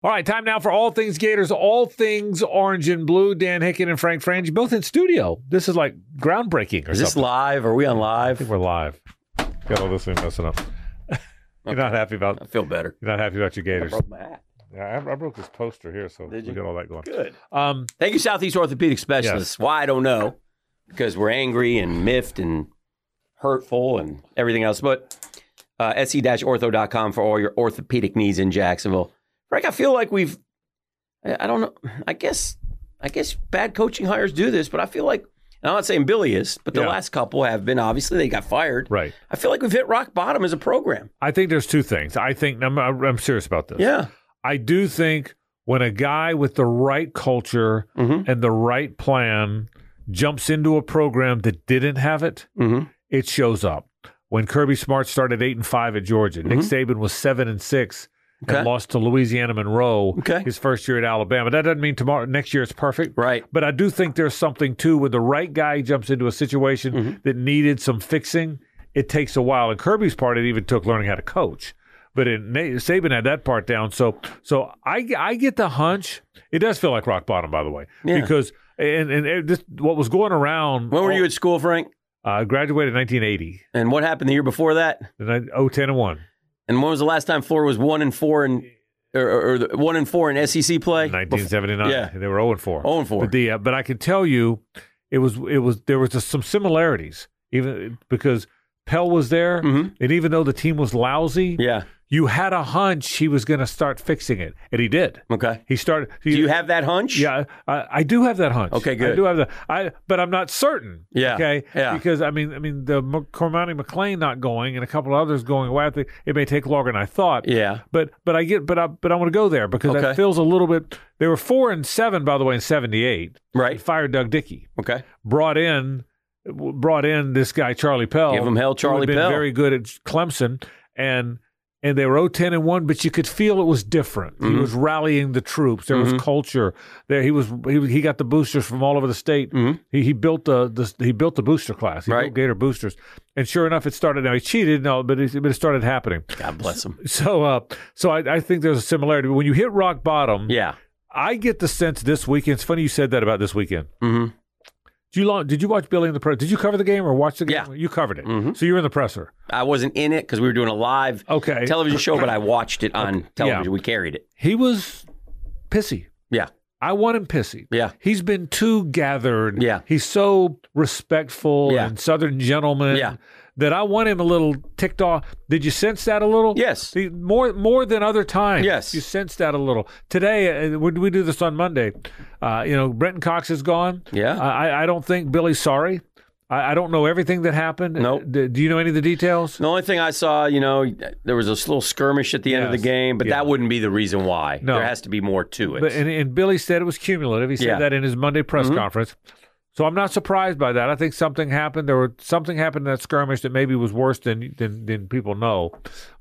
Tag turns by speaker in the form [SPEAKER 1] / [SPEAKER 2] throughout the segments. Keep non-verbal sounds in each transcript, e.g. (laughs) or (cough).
[SPEAKER 1] All right, time now for all things Gators, all things orange and blue. Dan Hicken and Frank Frangie, both in studio. This is like groundbreaking or
[SPEAKER 2] Is this
[SPEAKER 1] something.
[SPEAKER 2] live? Are we on
[SPEAKER 1] I think
[SPEAKER 2] live?
[SPEAKER 1] we're live. Got all this thing messing up. (laughs) you're not happy about
[SPEAKER 2] I feel better.
[SPEAKER 1] you're not happy about your Gators.
[SPEAKER 2] my hat.
[SPEAKER 1] Yeah, I, I broke this poster here, so
[SPEAKER 2] Did
[SPEAKER 1] we
[SPEAKER 2] you?
[SPEAKER 1] got all that going.
[SPEAKER 2] Good.
[SPEAKER 1] Um,
[SPEAKER 2] Thank you, Southeast Orthopedic Specialists. Why I don't know, because we're angry and miffed and hurtful and everything else. But uh, se-ortho.com for all your orthopedic needs in Jacksonville. Frank, I feel like we've. I I don't know. I guess. I guess bad coaching hires do this, but I feel like. and I'm not saying Billy is, but the
[SPEAKER 1] Yeah.
[SPEAKER 2] last couple have been. Obviously, they got fired.
[SPEAKER 1] right.
[SPEAKER 2] I feel like we've hit rock bottom as a program.
[SPEAKER 1] I think there's two things. I think I'm, I'm serious about this.
[SPEAKER 2] Yeah.
[SPEAKER 1] I do think when a guy with the right culture
[SPEAKER 2] Mm-hmm.
[SPEAKER 1] and the right plan jumps into a program that didn't have it,
[SPEAKER 2] Mm-hmm.
[SPEAKER 1] it shows up. When Kirby Smart started eight and five at Georgia, Nick Saban was seven and six
[SPEAKER 2] Mm-hmm. Okay.
[SPEAKER 1] and lost to Louisiana Monroe
[SPEAKER 2] Okay.
[SPEAKER 1] his first year at Alabama. That doesn't mean tomorrow next year it's perfect.
[SPEAKER 2] Right.
[SPEAKER 1] But I do think there's something too when the right guy jumps into a situation
[SPEAKER 2] Mm-hmm.
[SPEAKER 1] that needed some fixing, it takes a while. And Kirby's part it even took learning how to coach. But in, Na- Saban had that part down. So so I I get the hunch. It does feel like rock bottom, by the way,
[SPEAKER 2] Yeah.
[SPEAKER 1] because and and it- this, what was going around.
[SPEAKER 2] When were you at school, Frank?
[SPEAKER 1] Uh, graduated in 1980,
[SPEAKER 2] And what happened the year before that?
[SPEAKER 1] and I, oh, 10 and one.
[SPEAKER 2] And when was the last time Florida was one and four and or, or, or the- one and four in SEC play? Before-
[SPEAKER 1] 1979.
[SPEAKER 2] Yeah.
[SPEAKER 1] They were 0 and 4.
[SPEAKER 2] Oh and four.
[SPEAKER 1] But the uh, but I can tell you, it was it was there was just some similarities even because Pell was there,
[SPEAKER 2] Mhm.
[SPEAKER 1] and even though the team was lousy,
[SPEAKER 2] yeah.
[SPEAKER 1] you had a hunch he was going to start fixing it, and he did.
[SPEAKER 2] Okay.
[SPEAKER 1] He started. He,
[SPEAKER 2] Do you have that hunch?
[SPEAKER 1] Yeah, I, I do have that hunch.
[SPEAKER 2] Okay, good.
[SPEAKER 1] I do have that. I but I'm not certain.
[SPEAKER 2] Yeah,
[SPEAKER 1] Okay.
[SPEAKER 2] yeah.
[SPEAKER 1] Because I mean, I mean, the M- Cormani McLean not going and a couple others going away. I think it may take longer than I thought.
[SPEAKER 2] Yeah.
[SPEAKER 1] But but I get but I but I want to go there because
[SPEAKER 2] Okay.
[SPEAKER 1] that feels a little bit. They were four and seven by the way in '78.
[SPEAKER 2] Right.
[SPEAKER 1] Fired Doug Dickey.
[SPEAKER 2] Okay.
[SPEAKER 1] Brought in brought in this guy Charlie Pell.
[SPEAKER 2] Give him hell,
[SPEAKER 1] who had
[SPEAKER 2] Charlie
[SPEAKER 1] been
[SPEAKER 2] Pell.
[SPEAKER 1] Very good at Clemson and. And they were 0-10 and one, but you could feel it was different.
[SPEAKER 2] Mm-hmm.
[SPEAKER 1] He was rallying the troops. There was culture. There he was. He, he got the boosters from all over the state. He, he built the, the he built the booster class. He
[SPEAKER 2] Mm-hmm. Right.
[SPEAKER 1] built Gator boosters. And sure enough, it started. Now he cheated, no, but it, but it started happening.
[SPEAKER 2] God bless him.
[SPEAKER 1] So, uh, so I, I think there's a similarity. When you hit rock bottom,
[SPEAKER 2] Yeah.
[SPEAKER 1] I get the sense this weekend. It's funny you said that about this weekend.
[SPEAKER 2] Mhm.
[SPEAKER 1] Did you lo- did you watch Billy in the press? Did you cover the game or watch the game?
[SPEAKER 2] Yeah. Mm-hmm.
[SPEAKER 1] you covered it. So you were in the presser.
[SPEAKER 2] I wasn't in it because we were doing a live
[SPEAKER 1] Okay,
[SPEAKER 2] television show, but I watched it on television. We carried it.
[SPEAKER 1] he was pissy.
[SPEAKER 2] Yeah.
[SPEAKER 1] I want him pissy.
[SPEAKER 2] Yeah.
[SPEAKER 1] He's been too gathered.
[SPEAKER 2] Yeah.
[SPEAKER 1] He's so respectful
[SPEAKER 2] Yeah.
[SPEAKER 1] and southern gentleman.
[SPEAKER 2] Yeah.
[SPEAKER 1] That I want him a little ticked off. Did you sense that a little?
[SPEAKER 2] Yes.
[SPEAKER 1] The- more more than other times.
[SPEAKER 2] Yes.
[SPEAKER 1] You sensed that a little. Today, uh, when we do this on Monday, uh, you know, Brenton Cox is gone.
[SPEAKER 2] Yeah.
[SPEAKER 1] I, I don't think Billy's sorry. I, I don't know everything that happened. Uh,
[SPEAKER 2] Nope.
[SPEAKER 1] D- do you know any of the details?
[SPEAKER 2] The only thing I saw, you know, there was this little skirmish at the end of the
[SPEAKER 1] Yes.
[SPEAKER 2] game, but
[SPEAKER 1] Yeah.
[SPEAKER 2] that wouldn't be the reason why.
[SPEAKER 1] No.
[SPEAKER 2] There has to be more to it.
[SPEAKER 1] But and, and Billy said it was cumulative. He said
[SPEAKER 2] Yeah. Mm-hmm.
[SPEAKER 1] that in his Monday press conference. So I'm not surprised by that. I think something happened. There were something happened in that skirmish that maybe was worse than than, than people know.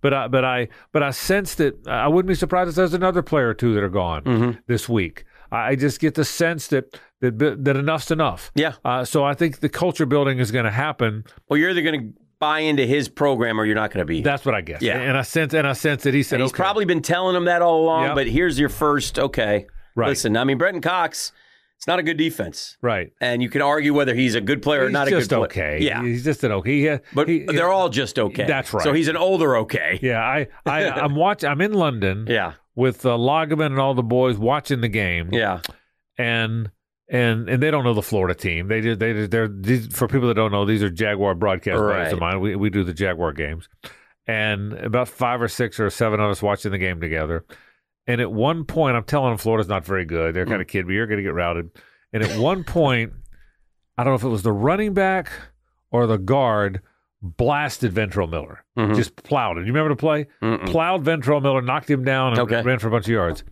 [SPEAKER 1] But I but I but I sensed that I wouldn't be surprised if there's another player or two that are gone
[SPEAKER 2] Mm-hmm.
[SPEAKER 1] this week. I I just get the sense that that that enough's enough.
[SPEAKER 2] yeah.
[SPEAKER 1] Uh, so I think the culture building is going to happen.
[SPEAKER 2] Well, you're either going to buy into his program or you're not going to be.
[SPEAKER 1] That's what I guess.
[SPEAKER 2] Yeah.
[SPEAKER 1] And I sense and I sense that he said
[SPEAKER 2] And he's
[SPEAKER 1] okay.
[SPEAKER 2] probably been telling him that all along,
[SPEAKER 1] Yep.
[SPEAKER 2] but here's your first, okay.
[SPEAKER 1] Right.
[SPEAKER 2] Listen, I mean, Brenton Cox, it's not a good defense.
[SPEAKER 1] right.
[SPEAKER 2] And you can argue whether he's a good player or
[SPEAKER 1] He's
[SPEAKER 2] not a
[SPEAKER 1] just
[SPEAKER 2] good player.
[SPEAKER 1] okay.
[SPEAKER 2] Yeah.
[SPEAKER 1] He's just an okay. He, uh,
[SPEAKER 2] but
[SPEAKER 1] he,
[SPEAKER 2] they're all just okay.
[SPEAKER 1] That's right.
[SPEAKER 2] So he's an older okay.
[SPEAKER 1] Yeah, I, I
[SPEAKER 2] (laughs)
[SPEAKER 1] I'm watch. I'm in London
[SPEAKER 2] Yeah.
[SPEAKER 1] with uh, Lagerman and all the boys watching the game,
[SPEAKER 2] Yeah.
[SPEAKER 1] and and and they don't know the Florida team. They did. They did. They're these, for people that don't know. These are Jaguar broadcast buddies
[SPEAKER 2] Right.
[SPEAKER 1] of mine. We we do the Jaguar games, and about five or six or seven of us watching the game together. And at one point, I'm telling them Florida's not very good. They're
[SPEAKER 2] Mm.
[SPEAKER 1] kind of kid. But you're going to get routed. And at one point, I don't know if it was the running back or the guard blasted Ventrell Miller.
[SPEAKER 2] Mhm.
[SPEAKER 1] Just plowed him. You remember the play?
[SPEAKER 2] Mm-mm.
[SPEAKER 1] plowed Ventrell Miller, knocked him down, and
[SPEAKER 2] Okay.
[SPEAKER 1] ran for a bunch of yards.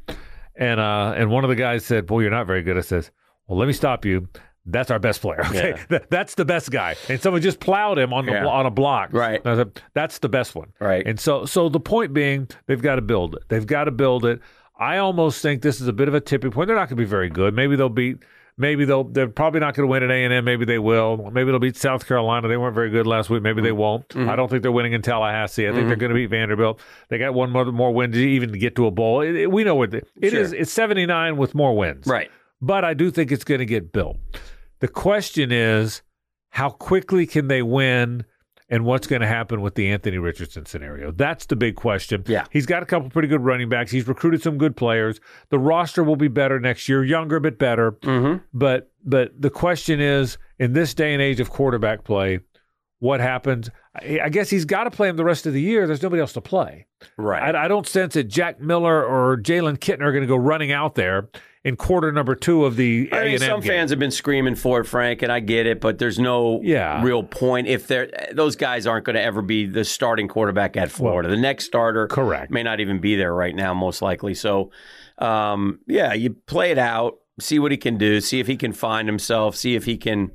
[SPEAKER 1] And uh, and one of the guys said, "Boy, you're not very good." I says, "Well, let me stop you. That's our best player. (laughs) Okay,
[SPEAKER 2] Yeah.
[SPEAKER 1] Th- that's the best guy." And someone just plowed him on the,
[SPEAKER 2] Yeah.
[SPEAKER 1] on a block.
[SPEAKER 2] Right.
[SPEAKER 1] And I said, that's the best one.
[SPEAKER 2] Right.
[SPEAKER 1] And so so the point being, they've got to build it. They've got to build it. I almost think this is a bit of a tipping point. They're not going to be very good. Maybe they'll beat Maybe they'll they're probably not going to win at A and M. Maybe they will. Maybe they'll beat South Carolina. They weren't very good last week. Maybe they
[SPEAKER 2] Mm-hmm.
[SPEAKER 1] won't. I don't think they're winning in Tallahassee. I think they're going to beat Vanderbilt. They got one more more win to even to get to a bowl. It, it- we know what the, it
[SPEAKER 2] Sure.
[SPEAKER 1] is. It's seventy nine with more wins.
[SPEAKER 2] Right.
[SPEAKER 1] But I do think it's going to get built. The question is, how quickly can they win? And what's going to happen with the Anthony Richardson scenario? That's the big question.
[SPEAKER 2] Yeah.
[SPEAKER 1] He's got a couple pretty good running backs. He's recruited some good players. The roster will be better next year, younger but better.
[SPEAKER 2] Mm-hmm.
[SPEAKER 1] But but the question is, in this day and age of quarterback play, what happens? I, I guess he's got to play him the rest of the year. There's nobody else to play.
[SPEAKER 2] Right.
[SPEAKER 1] I, I don't sense that Jack Miller or Jalen Kitten are going to go running out there in quarter number two of the
[SPEAKER 2] I
[SPEAKER 1] A
[SPEAKER 2] mean,
[SPEAKER 1] and M
[SPEAKER 2] some fans have been screaming for it, Frank, and I get it, but there's no
[SPEAKER 1] Yeah.
[SPEAKER 2] real point if they're those guys aren't going to ever be the starting quarterback at Florida. the next starter
[SPEAKER 1] Correct.
[SPEAKER 2] may not even be there right now, most likely. So, um, yeah, you play it out, see what he can do, see if he can find himself, see if he can.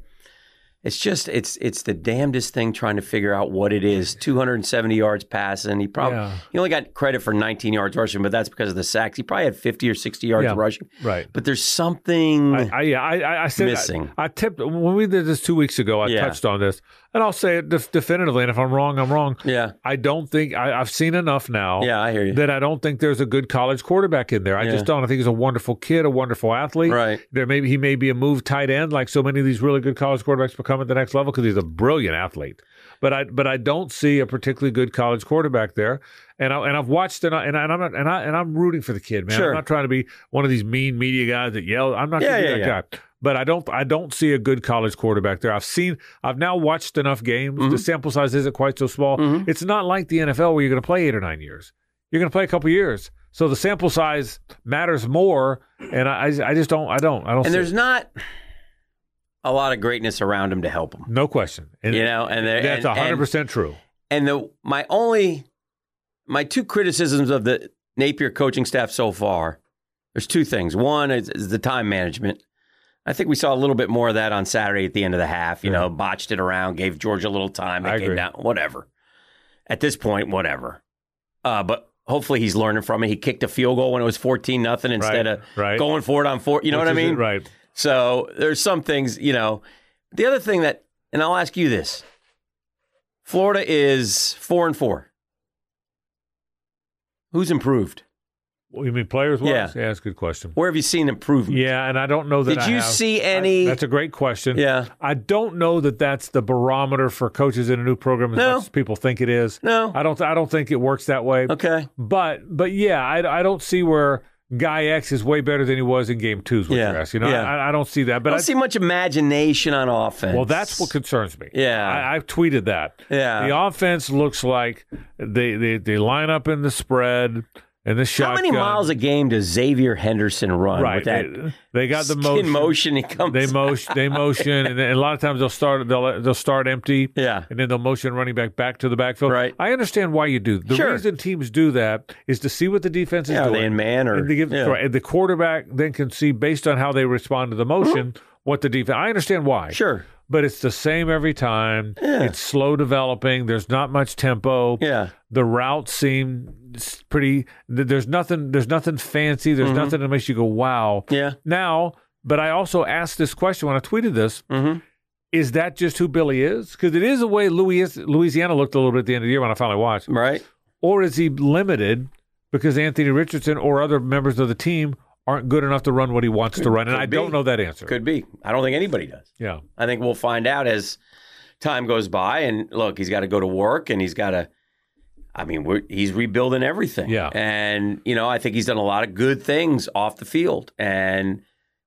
[SPEAKER 2] It's just it's it's the damnedest thing trying to figure out what it is. 270 yards passing. He probably
[SPEAKER 1] Yeah.
[SPEAKER 2] he only got credit for 19 yards rushing, but that's because of the sacks. He probably had 50 or 60 yards
[SPEAKER 1] Yeah.
[SPEAKER 2] rushing.
[SPEAKER 1] Right.
[SPEAKER 2] But there's something.
[SPEAKER 1] I, I, yeah, I, I- I said
[SPEAKER 2] Mm. Missing.
[SPEAKER 1] I, I tipped when we did this two weeks ago. I
[SPEAKER 2] Yeah.
[SPEAKER 1] touched on this, and I'll say it def- definitively. And if I'm wrong, I'm wrong.
[SPEAKER 2] yeah.
[SPEAKER 1] I don't think I, I've seen enough now.
[SPEAKER 2] Yeah, I hear you.
[SPEAKER 1] That I don't think there's a good college quarterback in there. I
[SPEAKER 2] Yeah.
[SPEAKER 1] just don't. I think he's a wonderful kid, a wonderful athlete.
[SPEAKER 2] Right.
[SPEAKER 1] There maybe he may be a move tight end, like so many of these really good college quarterbacks become at the next level because he's a brilliant athlete. But I but I don't see a particularly good college quarterback there. And I and I've watched and, I, and I'm not and I and I'm rooting for the kid, man.
[SPEAKER 2] Sure.
[SPEAKER 1] I'm not trying to be one of these mean media guys that yell. I'm not
[SPEAKER 2] Yeah,
[SPEAKER 1] gonna be
[SPEAKER 2] yeah,
[SPEAKER 1] that
[SPEAKER 2] yeah.
[SPEAKER 1] guy. But I don't I don't see a good college quarterback there. I've seen I've now watched enough games.
[SPEAKER 2] Mm-hmm.
[SPEAKER 1] The sample size isn't quite so small.
[SPEAKER 2] Mhm.
[SPEAKER 1] It's not like the NFL where you're gonna play eight or nine years. You're gonna play a couple years. So the sample size matters more, and I, I I just don't I don't I don't. see
[SPEAKER 2] And
[SPEAKER 1] it.
[SPEAKER 2] there's not a lot of greatness around him to help him.
[SPEAKER 1] No question. And
[SPEAKER 2] You know, and there,
[SPEAKER 1] that's
[SPEAKER 2] and-
[SPEAKER 1] hundred percent true.
[SPEAKER 2] And, and the my only my two criticisms of the Napier coaching staff so far, there's two things. One is, is the time management. I think we saw a little bit more of that on Saturday at the end of the half. You
[SPEAKER 1] Yeah.
[SPEAKER 2] know, botched it around, gave Georgia a little time. They
[SPEAKER 1] I
[SPEAKER 2] came
[SPEAKER 1] agree.
[SPEAKER 2] down, whatever. At this point, whatever. Uh, but hopefully he's learning from it. He kicked a field goal when it was 14 nothing instead
[SPEAKER 1] Right,
[SPEAKER 2] of
[SPEAKER 1] right.
[SPEAKER 2] going for it on four. You know
[SPEAKER 1] Which
[SPEAKER 2] what I
[SPEAKER 1] is-
[SPEAKER 2] mean?
[SPEAKER 1] Right.
[SPEAKER 2] So there's some things, you know. The other thing that, and I'll ask you this: Florida is four and four. Who's improved?
[SPEAKER 1] Well, you mean players? wise?
[SPEAKER 2] Yeah.
[SPEAKER 1] Yeah, that's a good question.
[SPEAKER 2] Where have you seen improvement?
[SPEAKER 1] Yeah, and I don't know that.
[SPEAKER 2] Did
[SPEAKER 1] I
[SPEAKER 2] you
[SPEAKER 1] have-
[SPEAKER 2] see any?
[SPEAKER 1] that's a great question.
[SPEAKER 2] yeah.
[SPEAKER 1] I don't know that that's the barometer for coaches in a new program as
[SPEAKER 2] No.
[SPEAKER 1] much as people think it is.
[SPEAKER 2] No.
[SPEAKER 1] I don't. I don't think it works that way.
[SPEAKER 2] Okay.
[SPEAKER 1] But but yeah, I, I don't see where guy X is way better than he was in game two. Is what
[SPEAKER 2] Yeah,
[SPEAKER 1] you're asking. You know,
[SPEAKER 2] yeah.
[SPEAKER 1] I, I don't see that.
[SPEAKER 2] I
[SPEAKER 1] But
[SPEAKER 2] don't
[SPEAKER 1] I,
[SPEAKER 2] see much imagination on offense.
[SPEAKER 1] well, that's what concerns me.
[SPEAKER 2] Yeah.
[SPEAKER 1] I, I tweeted that.
[SPEAKER 2] yeah.
[SPEAKER 1] The offense looks like they, they they line up in the spread and the
[SPEAKER 2] How
[SPEAKER 1] shotgun.
[SPEAKER 2] many miles a game does Xavier Henderson run
[SPEAKER 1] Right,
[SPEAKER 2] with that
[SPEAKER 1] they, they got the
[SPEAKER 2] skin
[SPEAKER 1] motion.
[SPEAKER 2] motion he comes?
[SPEAKER 1] They motion. They motion, and, then- and a lot of times they'll start. They'll they'll start empty.
[SPEAKER 2] yeah.
[SPEAKER 1] And then they'll motion running back back to the backfield.
[SPEAKER 2] Right.
[SPEAKER 1] I understand why you do. The
[SPEAKER 2] Sure.
[SPEAKER 1] reason teams do that is to see what the defense is
[SPEAKER 2] Yeah, are
[SPEAKER 1] doing.
[SPEAKER 2] they in man or
[SPEAKER 1] And to give-
[SPEAKER 2] yeah.
[SPEAKER 1] right, and the quarterback then can see based on how they respond to the motion what the defense. I understand why
[SPEAKER 2] Sure.
[SPEAKER 1] but it's the same every time.
[SPEAKER 2] Yeah.
[SPEAKER 1] It's slow developing. There's not much tempo.
[SPEAKER 2] Yeah.
[SPEAKER 1] The routes seem s- pretty. th- There's nothing. There's nothing fancy.
[SPEAKER 2] Mm-hmm.
[SPEAKER 1] There's nothing that makes you go wow.
[SPEAKER 2] Yeah.
[SPEAKER 1] Now, but I also asked this question when I tweeted this:
[SPEAKER 2] Mm-hmm.
[SPEAKER 1] Is that just who Billy is? Because it is the way Louis, Louisiana looked a little bit at the end of the year when I finally watched.
[SPEAKER 2] Right.
[SPEAKER 1] Or is he limited because Anthony Richardson or other members of the team aren't good enough to run what he wants to run? And
[SPEAKER 2] could
[SPEAKER 1] I
[SPEAKER 2] be.
[SPEAKER 1] don't know that answer.
[SPEAKER 2] Could be. I don't think anybody does.
[SPEAKER 1] Yeah.
[SPEAKER 2] I think we'll find out as time goes by. And look, he's got to go to work, and he's got to. I mean, we're, he's rebuilding everything.
[SPEAKER 1] Yeah.
[SPEAKER 2] and you know, I think he's done a lot of good things off the field, and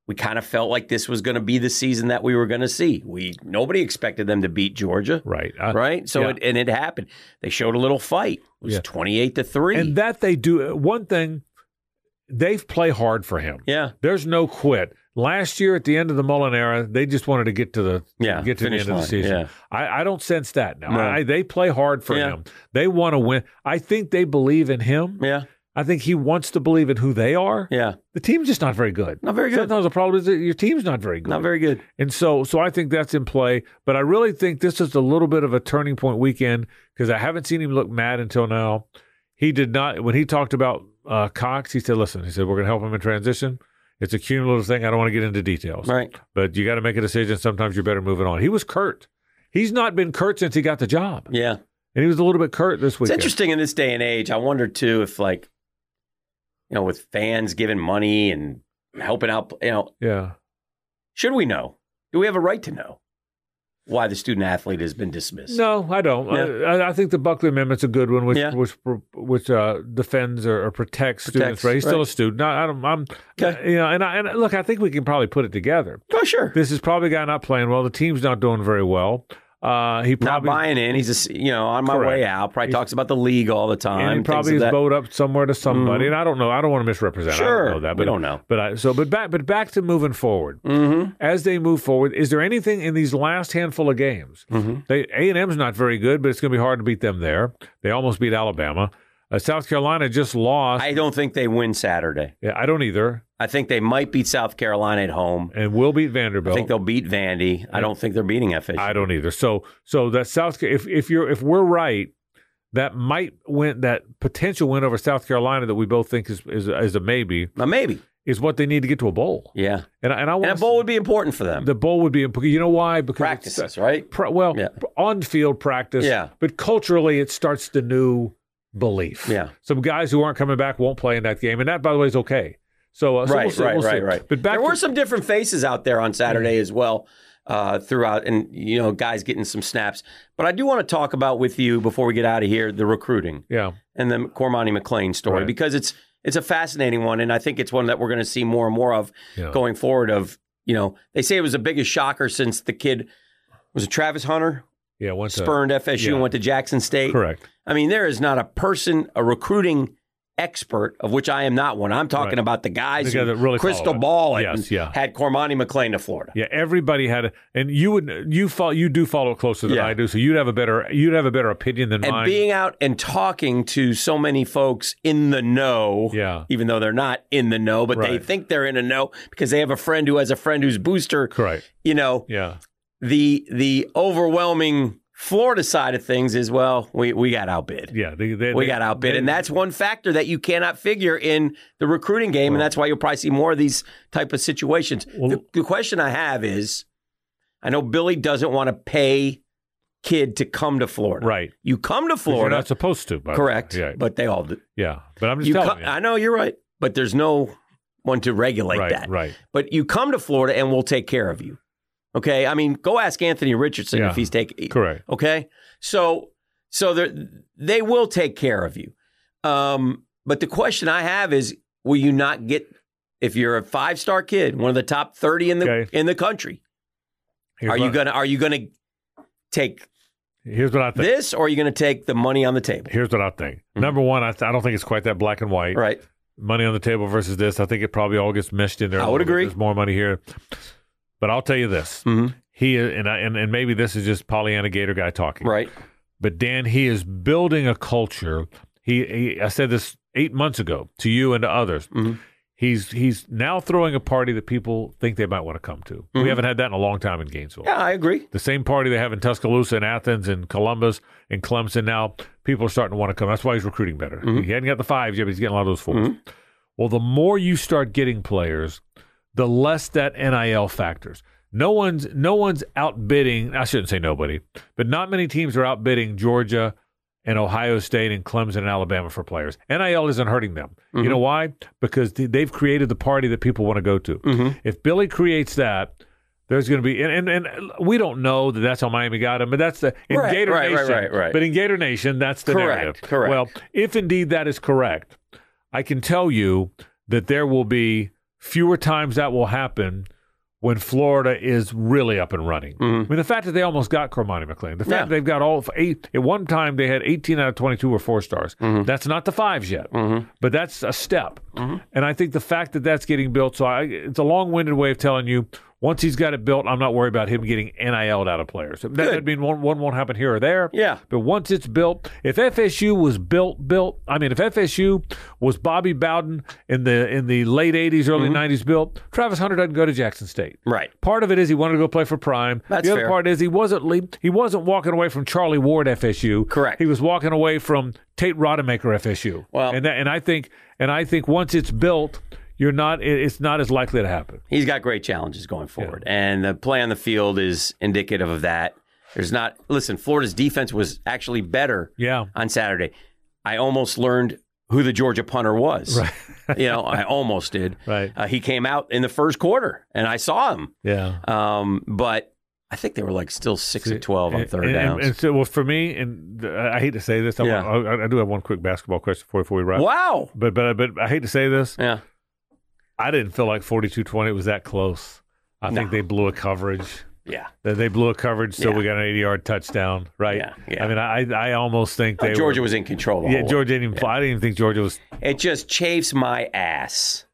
[SPEAKER 2] we kind of felt like this was going to be the season that we were going to see. We nobody expected them to beat Georgia,
[SPEAKER 1] Right. I-
[SPEAKER 2] right? So
[SPEAKER 1] Uh, Yeah.
[SPEAKER 2] it, and it happened. They showed a little fight. It was
[SPEAKER 1] Yeah.
[SPEAKER 2] twenty-eight to three.
[SPEAKER 1] And that they do. uh, One thing, they've play hard for him.
[SPEAKER 2] yeah,
[SPEAKER 1] There's no quit. Last year at the end of the Mullen era, they just wanted to get to the
[SPEAKER 2] Yeah,
[SPEAKER 1] get to the end
[SPEAKER 2] finish
[SPEAKER 1] of the
[SPEAKER 2] line,
[SPEAKER 1] season.
[SPEAKER 2] yeah.
[SPEAKER 1] I, I don't sense that now.
[SPEAKER 2] No.
[SPEAKER 1] I, they play hard for
[SPEAKER 2] Yeah.
[SPEAKER 1] him. They want to win. I think they believe in him.
[SPEAKER 2] yeah,
[SPEAKER 1] I think he wants to believe in who they are.
[SPEAKER 2] yeah.
[SPEAKER 1] The team's just not very good.
[SPEAKER 2] Not very good.
[SPEAKER 1] Sometimes the problem is that your team's not very good.
[SPEAKER 2] Not very good.
[SPEAKER 1] And so, so I think that's in play. But I really think this is a little bit of a turning point weekend because I haven't seen him look mad until now. He did not when he talked about uh, Cox. He said, "Listen," he said, "We're going to help him in transition." It's a cumulative thing. I don't want to get into details.
[SPEAKER 2] Right.
[SPEAKER 1] But you got to make a decision. Sometimes you better move it on. He was curt. He's not been curt since he got the job.
[SPEAKER 2] Yeah.
[SPEAKER 1] And he was a little bit curt this
[SPEAKER 2] It's
[SPEAKER 1] week.
[SPEAKER 2] interesting in this day and age. I wonder too if like, you know, with fans giving money and helping out, you know,
[SPEAKER 1] Yeah.
[SPEAKER 2] should we know? Do we have a right to know why the student athlete has been dismissed?
[SPEAKER 1] No, I don't. I, I- I think the Buckley Amendment's a good one, which
[SPEAKER 2] Yeah.
[SPEAKER 1] which which uh, defends or, or protects, students'
[SPEAKER 2] Protects,
[SPEAKER 1] rights. He's still
[SPEAKER 2] right.
[SPEAKER 1] a student. I, I don't, I'm, uh,
[SPEAKER 2] Okay.
[SPEAKER 1] you know, and I, and look, I think we can probably put it together.
[SPEAKER 2] Oh, sure.
[SPEAKER 1] This is probably a guy not playing well. The team's not doing very well. Uh, he
[SPEAKER 2] Not
[SPEAKER 1] probably
[SPEAKER 2] buying in. He's just, you know, on my
[SPEAKER 1] Correct.
[SPEAKER 2] way out. Probably
[SPEAKER 1] He's-
[SPEAKER 2] talks about the league all the time.
[SPEAKER 1] and he
[SPEAKER 2] things
[SPEAKER 1] probably
[SPEAKER 2] of
[SPEAKER 1] is
[SPEAKER 2] that.
[SPEAKER 1] bowed up somewhere to somebody.
[SPEAKER 2] Mhm.
[SPEAKER 1] And I don't know. I don't want to misrepresent. I
[SPEAKER 2] Sure.
[SPEAKER 1] don't know that.
[SPEAKER 2] we
[SPEAKER 1] But
[SPEAKER 2] don't know.
[SPEAKER 1] but I, so but back but back to moving forward.
[SPEAKER 2] Mm-hmm.
[SPEAKER 1] As they move forward, is there anything in these last handful of games? (laughs)
[SPEAKER 2] Mm-hmm.
[SPEAKER 1] They A and M's not very good, but it's going to be hard to beat them there. They almost beat Alabama. Uh, South Carolina just lost.
[SPEAKER 2] I don't think they win Saturday.
[SPEAKER 1] Yeah, I don't either,
[SPEAKER 2] I think they might beat South Carolina at home.
[SPEAKER 1] and will beat
[SPEAKER 2] I
[SPEAKER 1] Vanderbilt.
[SPEAKER 2] think they'll beat Vandy. I don't think they're beating FSU.
[SPEAKER 1] I don't either. So so that South Ca- if if you're if we're right, that might win that potential win over South Carolina that we both think is is, is a maybe
[SPEAKER 2] Uh, maybe.
[SPEAKER 1] is what they need to get to a bowl.
[SPEAKER 2] Yeah.
[SPEAKER 1] And I- and I
[SPEAKER 2] And
[SPEAKER 1] want
[SPEAKER 2] a bowl would be important for them.
[SPEAKER 1] the bowl would be important. You know why? Because it's- uh,
[SPEAKER 2] Practices, right?
[SPEAKER 1] pra- well,
[SPEAKER 2] Yeah.
[SPEAKER 1] on field practice,
[SPEAKER 2] Yeah.
[SPEAKER 1] but culturally it starts the new belief.
[SPEAKER 2] Yeah.
[SPEAKER 1] Some guys who aren't coming back won't play in that game, and that, by the way, is okay. So, uh, so
[SPEAKER 2] right,
[SPEAKER 1] we'll see,
[SPEAKER 2] right,
[SPEAKER 1] we'll see.
[SPEAKER 2] right, right.
[SPEAKER 1] But back
[SPEAKER 2] there were
[SPEAKER 1] to, Mm-hmm.
[SPEAKER 2] some different faces out there on Saturday as well, uh, throughout, and you know, guys getting some snaps. But I do want to talk about with you before we get out of here the recruiting
[SPEAKER 1] yeah,
[SPEAKER 2] and the Cormani McLean story
[SPEAKER 1] Right.
[SPEAKER 2] because it's it's a fascinating one, and I think it's one that we're going to see more and more of
[SPEAKER 1] yeah,
[SPEAKER 2] going forward. Of you know, they say it was the biggest shocker since the kid was it Travis Hunter
[SPEAKER 1] yeah. Once a-
[SPEAKER 2] spurned FSU
[SPEAKER 1] yeah.
[SPEAKER 2] and went to Jackson State.
[SPEAKER 1] correct.
[SPEAKER 2] I mean, there is not a person, a recruiting expert, of which I am not one. I'm talking
[SPEAKER 1] Right.
[SPEAKER 2] about the guys
[SPEAKER 1] The guy
[SPEAKER 2] who
[SPEAKER 1] that really
[SPEAKER 2] crystal
[SPEAKER 1] followed it.
[SPEAKER 2] ball it
[SPEAKER 1] Yes,
[SPEAKER 2] and
[SPEAKER 1] yeah.
[SPEAKER 2] had Cormani McLean to Florida.
[SPEAKER 1] Yeah, everybody had, a, and you would you follow you do follow it closer than
[SPEAKER 2] Yeah.
[SPEAKER 1] I do, so you'd have a better you'd have a better opinion than
[SPEAKER 2] And
[SPEAKER 1] mine.
[SPEAKER 2] being out and talking to so many folks in the know,
[SPEAKER 1] yeah,
[SPEAKER 2] even though they're not in the know, but they
[SPEAKER 1] Right.
[SPEAKER 2] think they're in a know because they have a friend who has a friend who's booster.
[SPEAKER 1] correct.
[SPEAKER 2] You know,
[SPEAKER 1] Yeah,
[SPEAKER 2] the the overwhelming Florida side of things is well, we, we got outbid.
[SPEAKER 1] yeah. They, they,
[SPEAKER 2] we
[SPEAKER 1] they-
[SPEAKER 2] got outbid.
[SPEAKER 1] they-
[SPEAKER 2] And that's one factor that you cannot figure in the recruiting game. And that's why you'll probably see more of these type of situations.
[SPEAKER 1] Well-
[SPEAKER 2] the, the question I have is I know Billy doesn't want to pay kid to come to Florida.
[SPEAKER 1] right.
[SPEAKER 2] You come to
[SPEAKER 1] You're
[SPEAKER 2] Florida,
[SPEAKER 1] not supposed to, by the way.
[SPEAKER 2] correct,
[SPEAKER 1] Yeah,
[SPEAKER 2] but they all do.
[SPEAKER 1] yeah. But I'm just
[SPEAKER 2] You
[SPEAKER 1] telling
[SPEAKER 2] co-
[SPEAKER 1] you.
[SPEAKER 2] I know you're right, but there's no one to regulate
[SPEAKER 1] right,
[SPEAKER 2] that.
[SPEAKER 1] right.
[SPEAKER 2] But you come to Florida and we'll take care of you. Okay? I mean, go ask Anthony Richardson
[SPEAKER 1] Yeah.
[SPEAKER 2] if he's taking
[SPEAKER 1] Correct.
[SPEAKER 2] Okay, so so they're- they will take care of you. Um, but the question I have is, will you not get if you're a five star kid, one of the top thirty in the
[SPEAKER 1] Okay.
[SPEAKER 2] in the country?
[SPEAKER 1] Here's
[SPEAKER 2] are you
[SPEAKER 1] what-
[SPEAKER 2] gonna Are you gonna take
[SPEAKER 1] Here's what I think.
[SPEAKER 2] this, Mm-hmm. or are you gonna take the money on the table?
[SPEAKER 1] Here's what I think. Number one, I, th- I don't think it's quite that black and white.
[SPEAKER 2] Right?
[SPEAKER 1] Money on the table versus this. I think it probably all gets meshed in there.
[SPEAKER 2] I
[SPEAKER 1] a
[SPEAKER 2] would
[SPEAKER 1] little bit.
[SPEAKER 2] agree.
[SPEAKER 1] There's more money here, but I'll tell you this:
[SPEAKER 2] hmm
[SPEAKER 1] he and I, and, and maybe this is just Pollyanna Gator guy talking.
[SPEAKER 2] Right?
[SPEAKER 1] But Dan, he is building a culture. He, he I said this eight months ago to you and to others.
[SPEAKER 2] Mhm.
[SPEAKER 1] He's he's now throwing a party that people think they might want to come to.
[SPEAKER 2] Mhm.
[SPEAKER 1] We haven't had that in a long time in Gainesville.
[SPEAKER 2] Yeah, I agree.
[SPEAKER 1] The same party they have in Tuscaloosa and Athens and Columbus and Clemson now, people are starting to want to come. That's why he's recruiting better.
[SPEAKER 2] Mhm.
[SPEAKER 1] He hadn't got the fives yet, but he's getting a lot of those 4s
[SPEAKER 2] Mhm.
[SPEAKER 1] Well, the more you start getting players, the less that NIL factors. No one's no one's outbidding. I shouldn't say nobody, but not many teams are outbidding Georgia and Ohio State and Clemson and Alabama for players. NIL isn't hurting them. You
[SPEAKER 2] Mm-hmm.
[SPEAKER 1] know why? Because th- they've created the party that people want to go to.
[SPEAKER 2] Mhm.
[SPEAKER 1] If Billy creates that, there's going to be and, and and we don't know that that's how Miami got him, but that's the in
[SPEAKER 2] Right,
[SPEAKER 1] Gator
[SPEAKER 2] right, right,
[SPEAKER 1] Nation.
[SPEAKER 2] right, right.
[SPEAKER 1] But in Gator Nation, that's the
[SPEAKER 2] Correct,
[SPEAKER 1] narrative.
[SPEAKER 2] correct.
[SPEAKER 1] Well, if indeed that is correct, I can tell you that there will be fewer times that will happen when Florida is really up and running. I mean, the fact that they almost got Cormani McLean, the fact
[SPEAKER 2] Mm-hmm. Yeah.
[SPEAKER 1] that they've got all eight at one time they had 18 out of 22 were four stars.
[SPEAKER 2] Mm-hmm.
[SPEAKER 1] That's not the fives yet, but that's a step. And I think the fact that that's getting built, so I, it's a long-winded way of telling you. Once he's got it built, I'm not worried about him getting NIL'd out of players. That would mean one, one won't happen here or there.
[SPEAKER 2] Yeah.
[SPEAKER 1] But once it's built, if FSU was built, built, I mean, if FSU was Bobby Bowden in the in the late '80s, early
[SPEAKER 2] Mm-hmm.
[SPEAKER 1] '90s, built, Travis Hunter doesn't go to Jackson State.
[SPEAKER 2] Right.
[SPEAKER 1] Part of it is he wanted to go play for Prime.
[SPEAKER 2] That's
[SPEAKER 1] the other
[SPEAKER 2] fair.
[SPEAKER 1] part is he wasn't le- he wasn't walking away from Charlie Ward FSU.
[SPEAKER 2] Correct.
[SPEAKER 1] He was walking away from Tate Rodemaker FSU.
[SPEAKER 2] Well-
[SPEAKER 1] and that, and I think and I think once it's built, you're not. It, it's not as likely to happen.
[SPEAKER 2] He's got great challenges going forward, and the play on the field is indicative of that. There's not. Listen, Florida's defense was actually better (laughs)
[SPEAKER 1] Yeah,
[SPEAKER 2] on Saturday. I almost learned who the Georgia punter was.
[SPEAKER 1] Right.
[SPEAKER 2] (laughs) you know, I almost did.
[SPEAKER 1] right.
[SPEAKER 2] Uh, he came out in the first quarter, and I saw him.
[SPEAKER 1] Yeah.
[SPEAKER 2] Um, but I think they were like still six
[SPEAKER 1] See,
[SPEAKER 2] of twelve on
[SPEAKER 1] And-
[SPEAKER 2] third
[SPEAKER 1] and,
[SPEAKER 2] downs.
[SPEAKER 1] And, and so, well, for me, and th- I I hate to say this, I,
[SPEAKER 2] Yeah.
[SPEAKER 1] want- I, I do have one quick basketball question for you before we wrap.
[SPEAKER 2] wow.
[SPEAKER 1] But but but I hate to say this,
[SPEAKER 2] Yeah.
[SPEAKER 1] I didn't feel like 42-20 was that close. I think
[SPEAKER 2] No.
[SPEAKER 1] they blew a coverage.
[SPEAKER 2] Yeah.
[SPEAKER 1] They- They blew a coverage, so
[SPEAKER 2] Yeah.
[SPEAKER 1] we got an eighty-yard touchdown, right?
[SPEAKER 2] Yeah, yeah.
[SPEAKER 1] I mean, I I almost think
[SPEAKER 2] No,
[SPEAKER 1] they
[SPEAKER 2] Georgia
[SPEAKER 1] were,
[SPEAKER 2] was in control. the
[SPEAKER 1] yeah,
[SPEAKER 2] whole way.
[SPEAKER 1] Georgia didn't even. I didn't even think Georgia was.
[SPEAKER 2] It just chafes my ass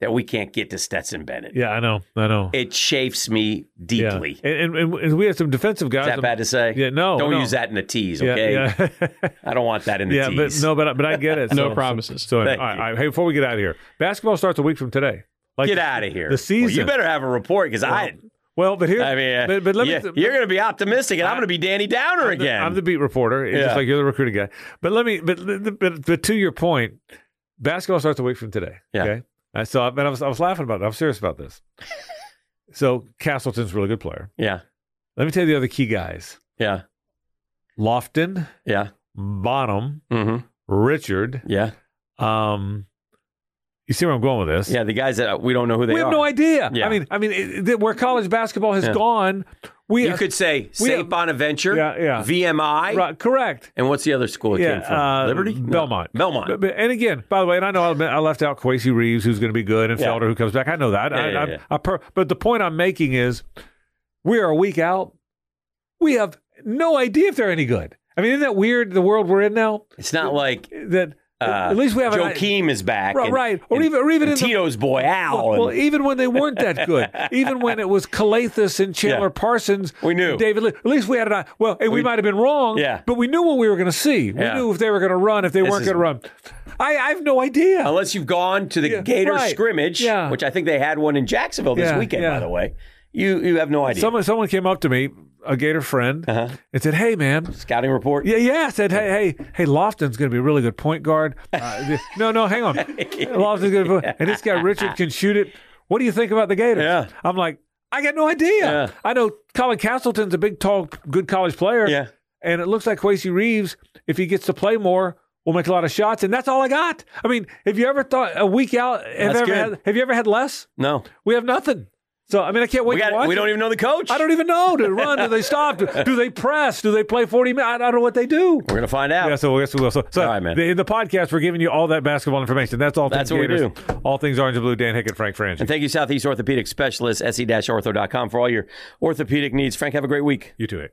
[SPEAKER 2] that we can't get to Stetson Bennett.
[SPEAKER 1] Yeah, I know, I know.
[SPEAKER 2] It chafes me
[SPEAKER 1] yeah,
[SPEAKER 2] deeply.
[SPEAKER 1] and, and and we had some defensive guys.
[SPEAKER 2] Is that bad to say?
[SPEAKER 1] Yeah, no,
[SPEAKER 2] Don't
[SPEAKER 1] no.
[SPEAKER 2] use that in the tease,
[SPEAKER 1] Yeah,
[SPEAKER 2] okay?
[SPEAKER 1] yeah, (laughs)
[SPEAKER 2] I don't want that in the
[SPEAKER 1] yeah. But
[SPEAKER 2] tease.
[SPEAKER 1] no, but I- but I get it.
[SPEAKER 3] (laughs) No
[SPEAKER 1] so,
[SPEAKER 3] promises.
[SPEAKER 1] So, all right,
[SPEAKER 2] Thank
[SPEAKER 1] all
[SPEAKER 2] you.
[SPEAKER 1] right, hey, before we get out of here, basketball starts a week from today. Like,
[SPEAKER 2] get out of here.
[SPEAKER 1] The
[SPEAKER 2] Well, you
[SPEAKER 1] season.
[SPEAKER 2] better have a report because I,
[SPEAKER 1] Well, but here,
[SPEAKER 2] I mean, uh,
[SPEAKER 1] but, but let
[SPEAKER 2] yeah,
[SPEAKER 1] me.
[SPEAKER 2] you're going to be optimistic, and I, am going to be Danny Downer
[SPEAKER 1] I'm the-
[SPEAKER 2] again.
[SPEAKER 1] I'm the beat reporter. It's
[SPEAKER 2] Yeah.
[SPEAKER 1] just like you're the recruiting guy. But let me. But but, but to your point, basketball starts a week from today.
[SPEAKER 2] Yeah.
[SPEAKER 1] Okay. I saw. And I was I was laughing about it. I'm serious about
[SPEAKER 2] (laughs)
[SPEAKER 1] this. so Castleton's a really good player.
[SPEAKER 2] yeah,
[SPEAKER 1] Let me tell you the other key guys:
[SPEAKER 2] yeah,
[SPEAKER 1] Lofton,
[SPEAKER 2] yeah.
[SPEAKER 1] Bonham,
[SPEAKER 2] Mm-hmm.
[SPEAKER 1] Richard.
[SPEAKER 2] Yeah,
[SPEAKER 1] Um, you see where I'm going with this?
[SPEAKER 2] yeah. The guys that uh, we don't know who they
[SPEAKER 1] we have
[SPEAKER 2] are.
[SPEAKER 1] no idea.
[SPEAKER 2] Yeah.
[SPEAKER 1] I mean, I mean, it, it- where college basketball has
[SPEAKER 2] Yeah.
[SPEAKER 1] gone, we
[SPEAKER 2] You could say
[SPEAKER 1] We
[SPEAKER 2] St.
[SPEAKER 1] have-
[SPEAKER 2] Bonaventure,
[SPEAKER 1] Yeah, yeah.
[SPEAKER 2] VMI,
[SPEAKER 1] right, correct.
[SPEAKER 2] and what's the other school it
[SPEAKER 1] Yeah,
[SPEAKER 2] came from?
[SPEAKER 1] uh,
[SPEAKER 2] Liberty, No.
[SPEAKER 1] Belmont.
[SPEAKER 2] Belmont.
[SPEAKER 1] But, but- and again, by the way, and I know I admit- I left out Quasi Reeves, who's going to be good, and
[SPEAKER 2] Yeah.
[SPEAKER 1] Felder, who comes back. I know that. I,
[SPEAKER 2] Yeah, yeah,
[SPEAKER 1] I-
[SPEAKER 2] yeah.
[SPEAKER 1] I per- but the point I'm making is, we are a week out. We have no idea if they're any good. I mean, isn't that weird? The world we're in now.
[SPEAKER 2] It's not like
[SPEAKER 1] That
[SPEAKER 2] uh,
[SPEAKER 1] at least we have an i-
[SPEAKER 2] Joakim is back,
[SPEAKER 1] right,
[SPEAKER 2] and-
[SPEAKER 1] right, or
[SPEAKER 2] and-
[SPEAKER 1] even or even
[SPEAKER 2] and
[SPEAKER 1] in the,
[SPEAKER 2] Tito's boy Al.
[SPEAKER 1] well, e-,
[SPEAKER 2] and
[SPEAKER 1] even when they weren't that good, even when it was Calathis and Chandler Parsons,
[SPEAKER 2] We knew.
[SPEAKER 1] David. Lee- At least we had an eye. Well, hey, we, might have been wrong,
[SPEAKER 2] Yeah.
[SPEAKER 1] but we knew what we were going to see. We
[SPEAKER 2] Yeah.
[SPEAKER 1] knew if they were going to run, if they weren't
[SPEAKER 2] is-
[SPEAKER 1] going to run. I, I have no idea.
[SPEAKER 2] unless you've gone to the
[SPEAKER 1] Yeah,
[SPEAKER 2] Gator
[SPEAKER 1] right.
[SPEAKER 2] scrimmage,
[SPEAKER 1] Yeah.
[SPEAKER 2] which I think they had one in Jacksonville this
[SPEAKER 1] Yeah,
[SPEAKER 2] weekend,
[SPEAKER 1] yeah.
[SPEAKER 2] by the way. You you have no idea.
[SPEAKER 1] Someone someone came up to me, a Gator friend,
[SPEAKER 2] Uh-huh.
[SPEAKER 1] and said, "Hey, man."
[SPEAKER 2] Scouting report.
[SPEAKER 1] Yeah, yeah. I said, hey, hey, hey, Lofton's going to be a really good point
[SPEAKER 2] (laughs)
[SPEAKER 1] guard. Uh, th- no, no, hang on. Lofton's going to, and this guy Richard can shoot it. What do you think about the Gators?
[SPEAKER 2] Yeah.
[SPEAKER 1] I'm like, I got no idea.
[SPEAKER 2] Yeah.
[SPEAKER 1] I know Colin Castleton's a big, tall, good college player.
[SPEAKER 2] Yeah.
[SPEAKER 1] And it looks like Quasi Reeves, if he gets to play more, will make a lot of shots. And that's all I got. I mean, have you ever thought a week out? Have,
[SPEAKER 2] That's
[SPEAKER 1] ever
[SPEAKER 2] good.
[SPEAKER 1] had, have you ever had less?
[SPEAKER 2] No,
[SPEAKER 1] We have nothing. So I mean, I can't wait
[SPEAKER 2] we
[SPEAKER 1] to watch.
[SPEAKER 2] got. We
[SPEAKER 1] it.
[SPEAKER 2] don't even know the coach.
[SPEAKER 1] I don't even know. Do they run? Do they stop? Do, do they press? Do they play 40 minutes? I don't know what they do.
[SPEAKER 2] We're gonna find out.
[SPEAKER 1] Yeah, so I guess we will. So, so
[SPEAKER 2] All right, man.
[SPEAKER 1] The, in the podcast, we're giving you all that basketball information. That's all
[SPEAKER 2] That's
[SPEAKER 1] things
[SPEAKER 2] what we
[SPEAKER 1] Gators. All things Orange and Blue, Dan Hickett, Frank Franchi.
[SPEAKER 2] And thank you, E Southeast Orthopedic Specialist, se-ortho.com, for all your orthopedic needs. Frank, have a great week.
[SPEAKER 1] You too, Hick.